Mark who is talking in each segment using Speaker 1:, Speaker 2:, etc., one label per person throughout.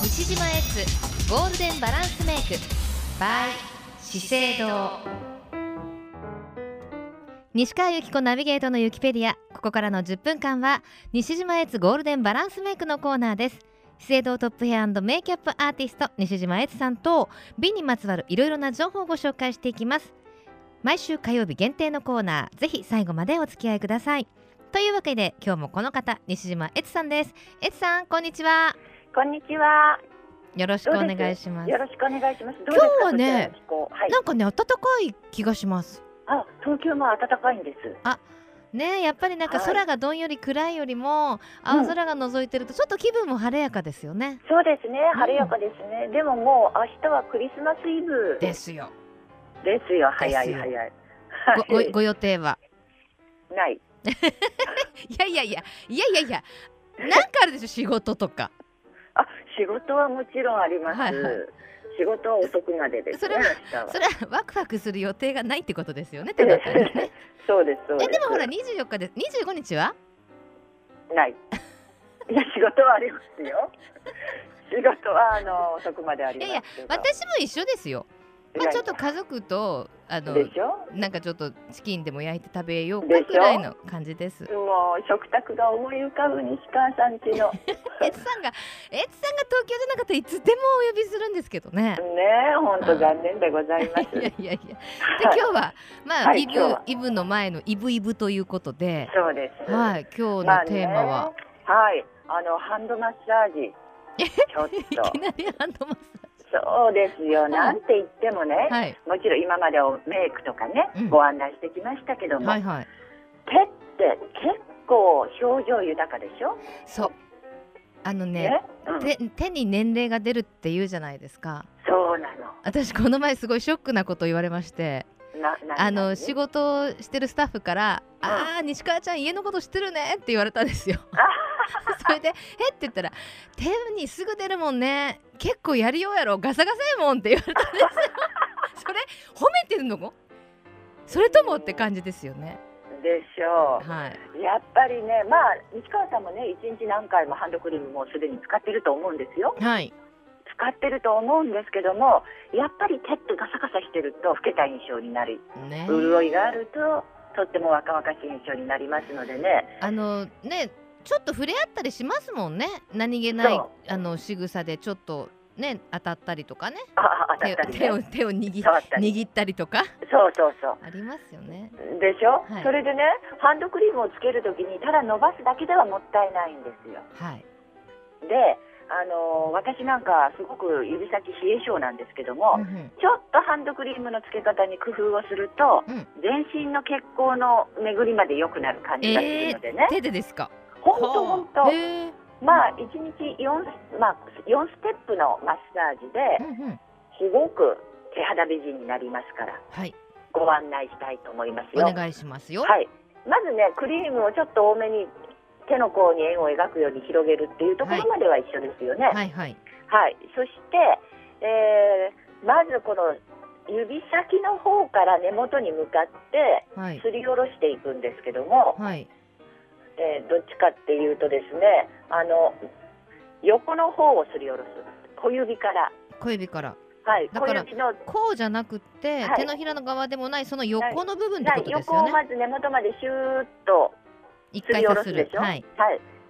Speaker 1: 西島エッツゴールデンバランスメイク by 資生堂西川由紀子ナビゲートのユキペディアここからの10分間は西島エッツゴールデンバランスメイクのコーナーです資生堂トップヘアメイキャップアーティスト西島エッツさんと美にまつわるいろいろな情報をご紹介していきます毎週火曜日限定のコーナーぜひ最後までお付き合いくださいというわけで今日もこの方西島エツさんですエツさんこんにちは
Speaker 2: こんにちは。
Speaker 1: よろしくお願いします
Speaker 2: よろしくお願いします。今
Speaker 1: 今日はね、
Speaker 2: こちらの気候はい。
Speaker 1: なんかね暖かい気がします
Speaker 2: あ、東京も暖かいんです。
Speaker 1: ねやっぱりなんか
Speaker 2: はい
Speaker 1: 空がどんより暗いよりも
Speaker 2: うん
Speaker 1: 青空が覗いてるとちょっと気分も晴れやかですよね、
Speaker 2: そうですね、晴れやかですね。でももう明日はクリスマスイブ
Speaker 1: で
Speaker 2: です
Speaker 1: よ
Speaker 2: よ。早
Speaker 1: です
Speaker 2: い
Speaker 1: よ
Speaker 2: 早い。
Speaker 1: ご
Speaker 2: は
Speaker 1: ご
Speaker 2: い
Speaker 1: ご予定は
Speaker 2: ない。
Speaker 1: いやいやいやいやいやいやなんかあるでしょ仕事とか
Speaker 2: あ、仕事はもちろんあります。
Speaker 1: はいはい
Speaker 2: 仕事は遅くまでです
Speaker 1: そ
Speaker 2: ね
Speaker 1: れは。
Speaker 2: 明日は
Speaker 1: それはワクワクする予定がないってことですよねってなったんですね
Speaker 2: そうですそうで
Speaker 1: え
Speaker 2: す。
Speaker 1: でもほら24日です25日は
Speaker 2: ない。いや仕事はありますよ。仕事はあの遅くまでありますけど。
Speaker 1: 私も一緒ですよ、まあ、ちょっと家族とあの
Speaker 2: でしょ。
Speaker 1: なんかちょっとチキンでも焼いて食べよう
Speaker 2: で
Speaker 1: か
Speaker 2: し
Speaker 1: く
Speaker 2: ょ
Speaker 1: らいの感じです。
Speaker 2: もう食卓が思い浮かぶ西川さんちのね
Speaker 1: エツさんがエツさんが東京じゃなかったらいつでもお呼びするんですけどね。
Speaker 2: え本当残念でございます。
Speaker 1: いやいやいや。で今
Speaker 2: はい
Speaker 1: 日はまあ、
Speaker 2: はい
Speaker 1: イブ
Speaker 2: 今日は
Speaker 1: イブの前のイブイブということで、
Speaker 2: そうです。
Speaker 1: はい今日のテーマは
Speaker 2: ま、あね、はい、あのハンドマッサージ。ちょっ
Speaker 1: いき
Speaker 2: と
Speaker 1: なりハンドマッ
Speaker 2: そうですよ。
Speaker 1: い
Speaker 2: なんて言ってもね、
Speaker 1: サージ。
Speaker 2: もちろん今までをメイクとかね、
Speaker 1: うん
Speaker 2: ご案内してきましたけども、
Speaker 1: はいはいはい。
Speaker 2: 手って結構表情豊かでしょ。
Speaker 1: そうあのね。
Speaker 2: うん、
Speaker 1: 手手に年齢が出るって言うじゃないですか
Speaker 2: そうなの。
Speaker 1: 私この前すごいショックなこと言われまして
Speaker 2: な、な
Speaker 1: あの
Speaker 2: な
Speaker 1: 仕事をしてるスタッフから「
Speaker 2: うん
Speaker 1: あー西川ちゃん家のこと知ってるね」って言われたんですよ。 それで「えっ?」て言ったら「手にすぐ出るもんね結構やりようやろガサガサやもん」って言われたん ですよ。それ褒めてるのそれともって感じですよね。
Speaker 2: でしょう。
Speaker 1: はい、
Speaker 2: やっぱりね、まあ、西川さんもね、一日何回もハンドクリームもうすでに使ってると思うんですよ。
Speaker 1: はい、
Speaker 2: 使ってると思うんですけども、やっぱり手ってガサガサしてると老けた印象になり、
Speaker 1: ね
Speaker 2: 潤いがあると、とっても若々しい印象になりますのでね。
Speaker 1: あのねちょっと触れ合ったりしますもんね何気ない
Speaker 2: そう
Speaker 1: あの仕草でちょっとね当たったりとかね
Speaker 2: ああ、当た
Speaker 1: 手
Speaker 2: っ
Speaker 1: を
Speaker 2: たり
Speaker 1: 手を
Speaker 2: ね。
Speaker 1: 手を握
Speaker 2: 触ったり。
Speaker 1: 握ったりとか
Speaker 2: そうそうそう。
Speaker 1: ありますよね。
Speaker 2: でしょ、
Speaker 1: はい
Speaker 2: それでね、ハンドクリームをつけるときに、ただ伸ばすだけではもったいないんですよ。
Speaker 1: はい
Speaker 2: で、あの私なんか、すごく指先冷え性なんですけども、
Speaker 1: うんうん
Speaker 2: ちょっとハンドクリームの付け方に工夫をすると、
Speaker 1: うん
Speaker 2: 全身の血行の巡りまで良くなる感じがするのでね、
Speaker 1: 手でですか。
Speaker 2: 本当本
Speaker 1: はあ
Speaker 2: 当、
Speaker 1: へえ
Speaker 2: まあ1日4、まあ、4ステップのマッサージ
Speaker 1: う
Speaker 2: で
Speaker 1: んうん
Speaker 2: すごく手肌美人になりますから
Speaker 1: はい
Speaker 2: ご案内したいと思います
Speaker 1: お
Speaker 2: よ。
Speaker 1: 願いしますよ。
Speaker 2: はい、まずねクリームをちょっと多めに手の甲に円を描くように広げるっていうところまでは一緒ですよね。
Speaker 1: はいはい
Speaker 2: はい、そして、えーまずこの指先の方から根元に向かって
Speaker 1: はい
Speaker 2: すりおろしていくんですけども、
Speaker 1: はい
Speaker 2: えーどっちかっていうとですねあの横の方をすりおろす小指から、
Speaker 1: 小指から
Speaker 2: はい、
Speaker 1: だ
Speaker 2: 小
Speaker 1: から
Speaker 2: 指の、
Speaker 1: こうじゃなくって、
Speaker 2: はい
Speaker 1: 手のひらの側でもないその横の部分って
Speaker 2: は
Speaker 1: こ
Speaker 2: い
Speaker 1: とです
Speaker 2: 横
Speaker 1: よ
Speaker 2: を
Speaker 1: ね。
Speaker 2: まず根元までシューッと
Speaker 1: 一
Speaker 2: す
Speaker 1: 回
Speaker 2: りお
Speaker 1: さ
Speaker 2: ろ
Speaker 1: す
Speaker 2: すで
Speaker 1: る
Speaker 2: し。ょ、
Speaker 1: はい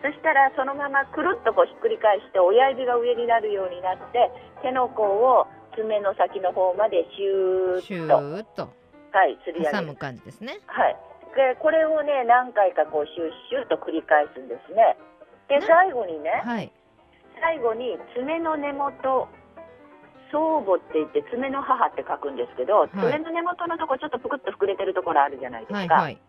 Speaker 2: そしたらそのままくるっとこうひっくり返して親指が上になるようになって手の甲を爪の先の方までシ
Speaker 1: シュ
Speaker 2: ューッと、
Speaker 1: ーッと
Speaker 2: はい、すり上げ
Speaker 1: 挟
Speaker 2: る
Speaker 1: む感じですね。
Speaker 2: はい、でこれをね何回かこうシュッシュッと繰り返すんですねで
Speaker 1: ね
Speaker 2: 最後にね
Speaker 1: はい
Speaker 2: 最後に爪の根元相母って言って爪の母って書くんですけど、
Speaker 1: い
Speaker 2: 爪の根元のとこちょっとぷくっと膨れてるところあるじゃないですか、
Speaker 1: はいはい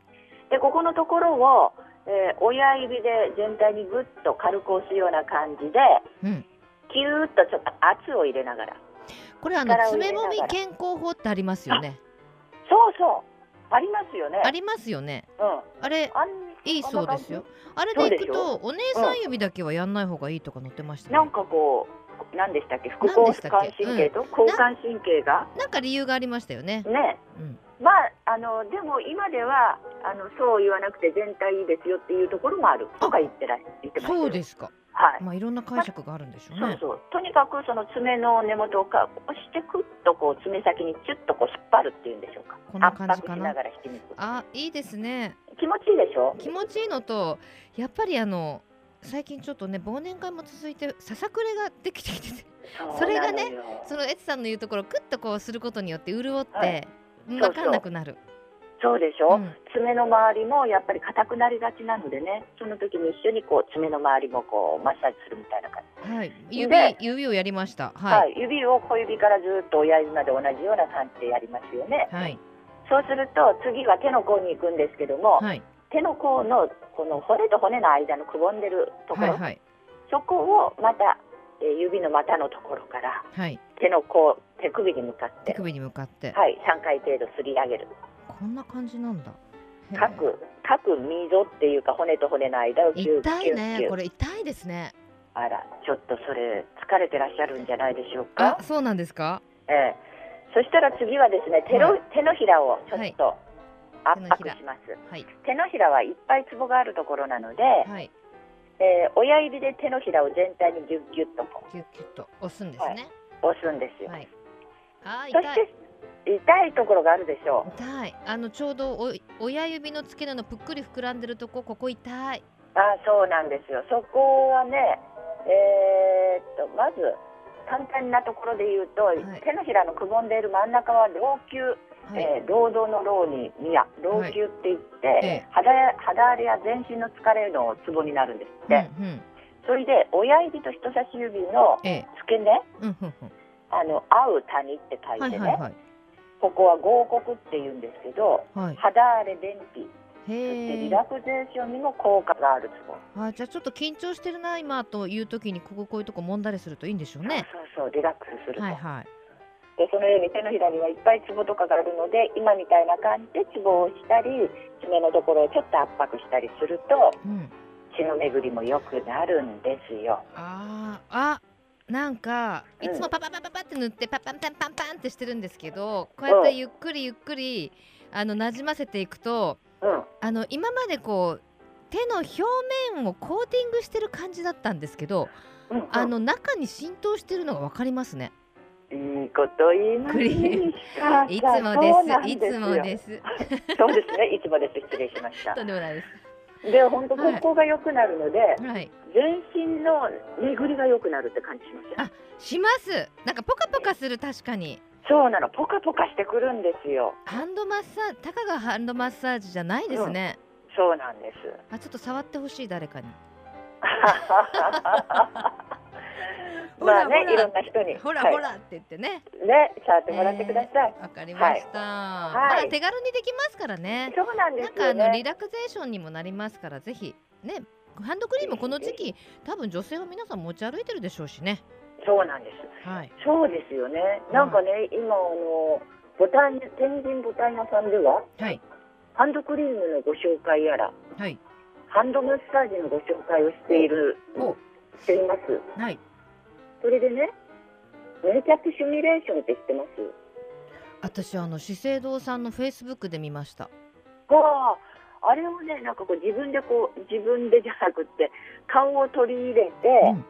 Speaker 2: でここのところを、えー親指で全体にぐっと軽く押すような感じで
Speaker 1: うん。
Speaker 2: キューッとちょっと圧を入れながら
Speaker 1: これあの
Speaker 2: 力を入
Speaker 1: 爪
Speaker 2: れなが
Speaker 1: も
Speaker 2: ら
Speaker 1: み健康法ってありますよね。
Speaker 2: そうそうありますよね
Speaker 1: ありますよね。
Speaker 2: うん
Speaker 1: あれ
Speaker 2: あん
Speaker 1: いいそうですよ。あれ
Speaker 2: そ
Speaker 1: で
Speaker 2: う
Speaker 1: い
Speaker 2: で
Speaker 1: く
Speaker 2: しょ
Speaker 1: とお姉さん指だけはやんない方がいいとか載ってましたね。
Speaker 2: なんかこう、なんでしたっけ、副
Speaker 1: なん
Speaker 2: 交
Speaker 1: でしたっ
Speaker 2: 感
Speaker 1: け
Speaker 2: 神経と交感神経が、
Speaker 1: なんか理由がありましたよね。
Speaker 2: ね、
Speaker 1: うん
Speaker 2: まあ、あの、でも今では、あの、そう言わなくて全体いいですよっていうところもあるとか言ってら言ってます
Speaker 1: そう
Speaker 2: す。
Speaker 1: ですか。
Speaker 2: はい
Speaker 1: まあいろんな解釈があるんでしょう
Speaker 2: そう
Speaker 1: ね。
Speaker 2: そうとにかくその爪の根元をか押してくっとこう爪先にチュッとこう引っ張るっていうんでしょうか
Speaker 1: こんな感じかな
Speaker 2: 圧迫しながら引き抜く
Speaker 1: あいいですね。
Speaker 2: 気持ちいいでしょ
Speaker 1: 気持ちいいのとやっぱりあの最近ちょっとね忘年会も続いてささくれができてきて てそれがね
Speaker 2: そうなのよ
Speaker 1: そのエツさんの言うところをクッとこうすることによって潤って、
Speaker 2: はい
Speaker 1: 分
Speaker 2: うそう
Speaker 1: かんなくなる。
Speaker 2: そうでしょ、
Speaker 1: うん
Speaker 2: 爪の周りもやっぱり硬くなりがちなのでねその時に一緒にこう爪の周りもこうマッサージするみたいな感じ、
Speaker 1: はい、指
Speaker 2: で
Speaker 1: 指をやりました。
Speaker 2: は
Speaker 1: はい
Speaker 2: い指を小指からずっと親指まで同じような感じでやりますよね、
Speaker 1: はい
Speaker 2: そうすると次は手の甲に行くんですけども、
Speaker 1: はい
Speaker 2: 手の甲のこの骨と骨の間のくぼんでるとこ
Speaker 1: は
Speaker 2: ろ、
Speaker 1: いはい
Speaker 2: そこをまた、えー指の股のところから
Speaker 1: はい
Speaker 2: 手の甲手首に向かっ
Speaker 1: 手
Speaker 2: て、
Speaker 1: 首に向かって、
Speaker 2: はい、3回程度すり上げる
Speaker 1: こんな感じなんだ。へー
Speaker 2: 各各溝っていうか骨と骨の間をキュッ
Speaker 1: 痛
Speaker 2: キ
Speaker 1: い
Speaker 2: ュッキ
Speaker 1: ね
Speaker 2: ュ
Speaker 1: こ
Speaker 2: ッ
Speaker 1: れ痛いですね。
Speaker 2: あらちょっとそれ疲れてらっしゃるんじゃないでしょう
Speaker 1: あ
Speaker 2: か、
Speaker 1: そうなんですか。
Speaker 2: ええ、そしたら次はですね手の,、
Speaker 1: は
Speaker 2: 手のひらをちょっと圧
Speaker 1: 手
Speaker 2: 迫
Speaker 1: のひら
Speaker 2: します、
Speaker 1: はい
Speaker 2: 手のひらはいっぱいツボがあるところなので、
Speaker 1: はい
Speaker 2: えー親指で手のひらを全体にギュッギュッとこ
Speaker 1: キュッキュッと押すんですね。
Speaker 2: う押すんですよ、
Speaker 1: はい。あー
Speaker 2: そ
Speaker 1: 痛い。
Speaker 2: して痛いところがあるでしょう
Speaker 1: 痛いあのちょうどお親指の付け根のぷっくり膨らんでるとこここ痛い
Speaker 2: あーそうなんですよそこはねえーっとまず簡単なところで言うと、
Speaker 1: い
Speaker 2: 手のひらのくぼんでいる真ん中は老朽、
Speaker 1: はい、
Speaker 2: えー労働の労に宮老朽って言っ
Speaker 1: え
Speaker 2: て、
Speaker 1: え
Speaker 2: 肌や肌荒れや全身の疲れのツボになるんですって、
Speaker 1: うんうん
Speaker 2: それで親指と人差し指の
Speaker 1: ええ
Speaker 2: 付け根
Speaker 1: うんうんうん
Speaker 2: あの合う谷って書い
Speaker 1: はい
Speaker 2: てね、
Speaker 1: はいはい
Speaker 2: ここは合谷って言うんですけど
Speaker 1: はい
Speaker 2: 肌荒れ便秘そして
Speaker 1: へ
Speaker 2: リ
Speaker 1: え
Speaker 2: ラクゼーションにも効果があるツボ
Speaker 1: あじゃあちょっと緊張してるな今という時にこここういうとこ揉んだりするといいんでしょうね
Speaker 2: そうそうそうリラックスすると、
Speaker 1: はいはい
Speaker 2: でそのように手のひらにはいっぱいツボとかがあるので今みたいな感じでツボを押したり爪のところをちょっと圧迫したりすると
Speaker 1: うん
Speaker 2: 血の巡りも良くなるんですよ
Speaker 1: あーあなんか
Speaker 2: うん
Speaker 1: いつもパパパパパって塗ってパパンパンパンパンってしてるんですけどこうやってゆっくりゆっくりあの馴染ませていくと
Speaker 2: うん
Speaker 1: あの今までこう手の表面をコーティングしてる感じだったんですけど、
Speaker 2: うんうん
Speaker 1: あの中に浸透してるのがわかりますね。
Speaker 2: いいこと言います
Speaker 1: クリー
Speaker 2: ね石川さん
Speaker 1: いつも
Speaker 2: そうな
Speaker 1: です。
Speaker 2: ん
Speaker 1: い
Speaker 2: よ
Speaker 1: つもです。
Speaker 2: そうですねいつもです失礼しました
Speaker 1: とんでもないです。
Speaker 2: で本当ここが良くなるので、
Speaker 1: はい。
Speaker 2: 全身の巡りが良くなるって感じしますよ
Speaker 1: あします。なんかポカポカする確かに。
Speaker 2: そうなの、ポカポカしてくるんですよ。
Speaker 1: ハンドマッサージ、たかがハンドマッサージじゃないですね。
Speaker 2: そうなん です。
Speaker 1: あ、ちょっと触ってほしい誰かに。ほ
Speaker 2: ま
Speaker 1: ら
Speaker 2: あ
Speaker 1: ほ
Speaker 2: ね、
Speaker 1: ら
Speaker 2: いろんな人に、
Speaker 1: ほら
Speaker 2: はい
Speaker 1: ほらって言ってね。
Speaker 2: ね、触ってもらってください。
Speaker 1: わかりました。
Speaker 2: い
Speaker 1: まあ手軽にできますからね。
Speaker 2: そうなんで
Speaker 1: なん
Speaker 2: す
Speaker 1: かあ
Speaker 2: よ
Speaker 1: のリ
Speaker 2: ね。
Speaker 1: ラクゼーションにもなりますからぜひねハンドクリームこの時期多分女性は皆さん持ち歩いてるでしょうしね
Speaker 2: そうなんです。
Speaker 1: はい
Speaker 2: そうですよね。なんかね、今あのボタン天神ボタン屋さんでは
Speaker 1: はい
Speaker 2: ハンドクリームのご紹介やら、
Speaker 1: はい
Speaker 2: ハンドマッサージのご紹介をしている
Speaker 1: お
Speaker 2: しています。
Speaker 1: はい
Speaker 2: それでね、粘着シミュレーションって知ってます？
Speaker 1: 私あの資生堂さんのフェイスブックで見ました
Speaker 2: あああれをねなんかこう自分でこう自分でじゃなくって顔を取り入れて、
Speaker 1: うん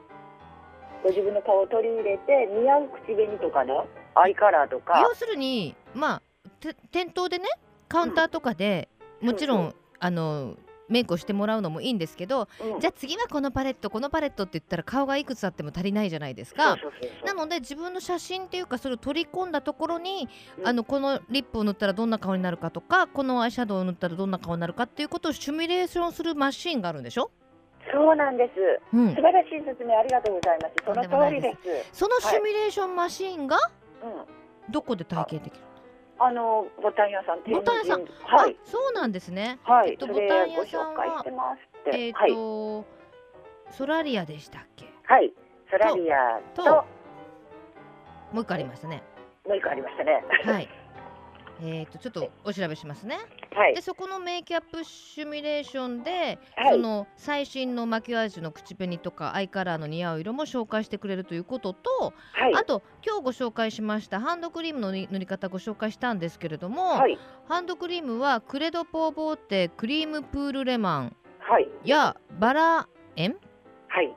Speaker 2: ご自分の顔を取り入れて似合う口紅とかねアイカラーとか
Speaker 1: 要するにまあて店頭でねカウンターとかで、もちろん、
Speaker 2: うんう
Speaker 1: あのメイクをしてもらうのもいいんですけど、
Speaker 2: うん
Speaker 1: じゃあ次はこのパレットこのパレットって言ったら顔がいくつあっても足りないじゃないですか
Speaker 2: そうそうそう
Speaker 1: なので自分の写真っていうかそれを取り込んだところに、
Speaker 2: うん
Speaker 1: あのこのリップを塗ったらどんな顔になるかとかこのアイシャドウを塗ったらどんな顔になるかっていうことをシミュレーションするマシーンがあるんでしょ、
Speaker 2: そうなんです
Speaker 1: うん
Speaker 2: 素、晴らしい説明ありがとうございますその通りです
Speaker 1: そのシミュレーションマシーンが
Speaker 2: うん
Speaker 1: どこで体験できる、
Speaker 2: あのボタン屋さん
Speaker 1: ボタン屋さん
Speaker 2: 天神はい
Speaker 1: あそうなんですね
Speaker 2: はい、
Speaker 1: えっと
Speaker 2: それ
Speaker 1: ボタン
Speaker 2: ご
Speaker 1: 屋さんは
Speaker 2: 紹介してますって、
Speaker 1: えっ、
Speaker 2: はい
Speaker 1: と、ソラリアでしたっけ
Speaker 2: はいソラリアと
Speaker 1: ともう一個ありましたね
Speaker 2: もう一個ありましたね
Speaker 1: はいえっ、とちょっとお調べしますね
Speaker 2: はい
Speaker 1: でそこのメイキャップシミュレーションで、
Speaker 2: はい
Speaker 1: その最新のマキュアージュの口紅とかアイカラーの似合う色も紹介してくれるということと、
Speaker 2: はい
Speaker 1: あと今日ご紹介しましたハンドクリームの塗り方ご紹介したんですけれども、
Speaker 2: はい
Speaker 1: ハンドクリームはクレドポーボーテクリームプールレマン
Speaker 2: はい
Speaker 1: やバラ園
Speaker 2: はい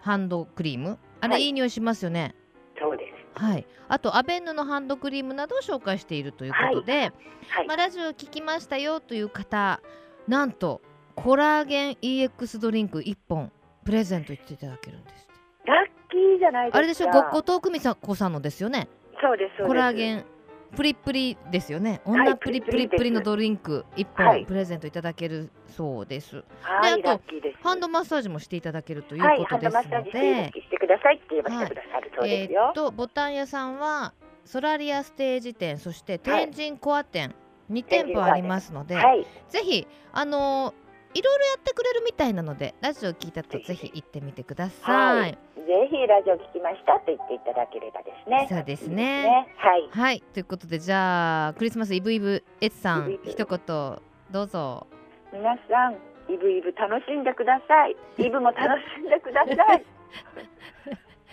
Speaker 1: ハンドクリームあれ、
Speaker 2: はい
Speaker 1: い、い匂いしますよね
Speaker 2: そうです。
Speaker 1: はいあとアベンヌのハンドクリームなどを紹介しているということで、
Speaker 2: はい
Speaker 1: まあ、。ラジオ聞きましたよという方なんとコラーゲン EX ドリンク1本プレゼントしていただけるんですって
Speaker 2: ラッキーじゃないですか。
Speaker 1: あれでしょご後藤久美子さんのですよね
Speaker 2: そうです。そうです
Speaker 1: コラーゲンプリプリですよね
Speaker 2: い
Speaker 1: 女プリプリプリのドリンク1
Speaker 2: は
Speaker 1: 本
Speaker 2: い
Speaker 1: プレゼントいただけるそうです、
Speaker 2: は
Speaker 1: で
Speaker 2: い、
Speaker 1: あと
Speaker 2: ラッキーです。
Speaker 1: ハンドマッサージもしていただけるという
Speaker 2: はい、
Speaker 1: こ
Speaker 2: ハ
Speaker 1: と
Speaker 2: ン
Speaker 1: で
Speaker 2: ド
Speaker 1: す
Speaker 2: マッサー
Speaker 1: の
Speaker 2: ジ
Speaker 1: で
Speaker 2: してしてくださいって言えばしてくださるそう
Speaker 1: え
Speaker 2: です
Speaker 1: ーっ
Speaker 2: よ。
Speaker 1: とボタン屋さんはソラリアステージ店そして天神コア店、2店舗ありますので、
Speaker 2: はい、
Speaker 1: ぜひあのーいろいろやってくれるみたいなのでラジオ聞いたとぜ
Speaker 2: ぜひ
Speaker 1: ひ行ってみてください。は、
Speaker 2: はいぜひラジオ聞きましたと言っていただければですね。
Speaker 1: そうですね
Speaker 2: いいはい。
Speaker 1: ということでじゃあクリスマスイブイブエツさ
Speaker 2: イブイ
Speaker 1: ん
Speaker 2: ブ
Speaker 1: 一言どうぞ。
Speaker 2: 皆さん、イブイブ楽しんでください。イブも楽しんでくだ さい。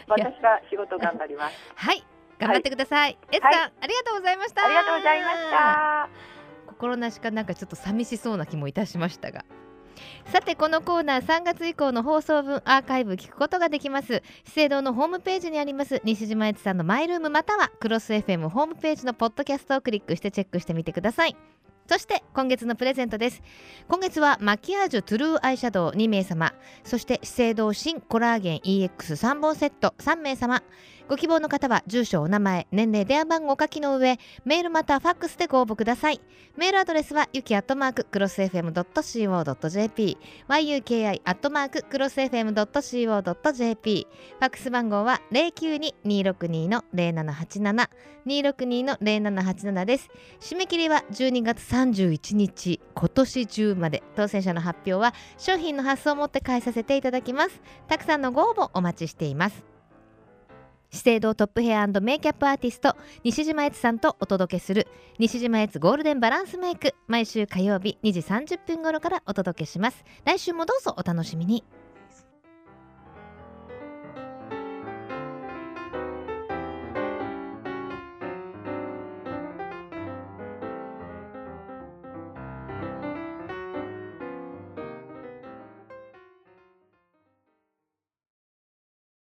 Speaker 2: 私は仕事頑張ります。
Speaker 1: はい頑張ってください。エツさん、ありがとうございました。
Speaker 2: ありがとうございました。
Speaker 1: 心なしかなんかちょっと寂しそうな気もいたしましたがさてこのコーナー3月以降の放送分アーカイブ聞くことができます資生堂のホームページにあります西島悦さんのマイルームまたはクロス FM ホームページのポッドキャストをクリックしてチェックしてみてくださいそして今月のプレゼントです今月はマキアージュトゥルーアイシャドウ2名様そして資生堂新コラーゲン EX3 本セット3名様ご希望の方は住所お名前年齢電話番号をお書きの上メールまたはファックスでご応募くださいメールアドレスはゆきアットマーククロス FM.co.jp yuki アットマーククロス FM.co.jp ファックス番号は092-262-0787 262-0787です締め切りは12月31日今年中まで当選者の発表は商品の発送をもって返させていただきますたくさんのご応募お待ちしています資生堂トップヘアメイキャップアーティスト西島悦さんとお届けする西島悦ゴールデンバランスメイク毎週火曜日2時30分頃からお届けします来週もどうぞお楽しみに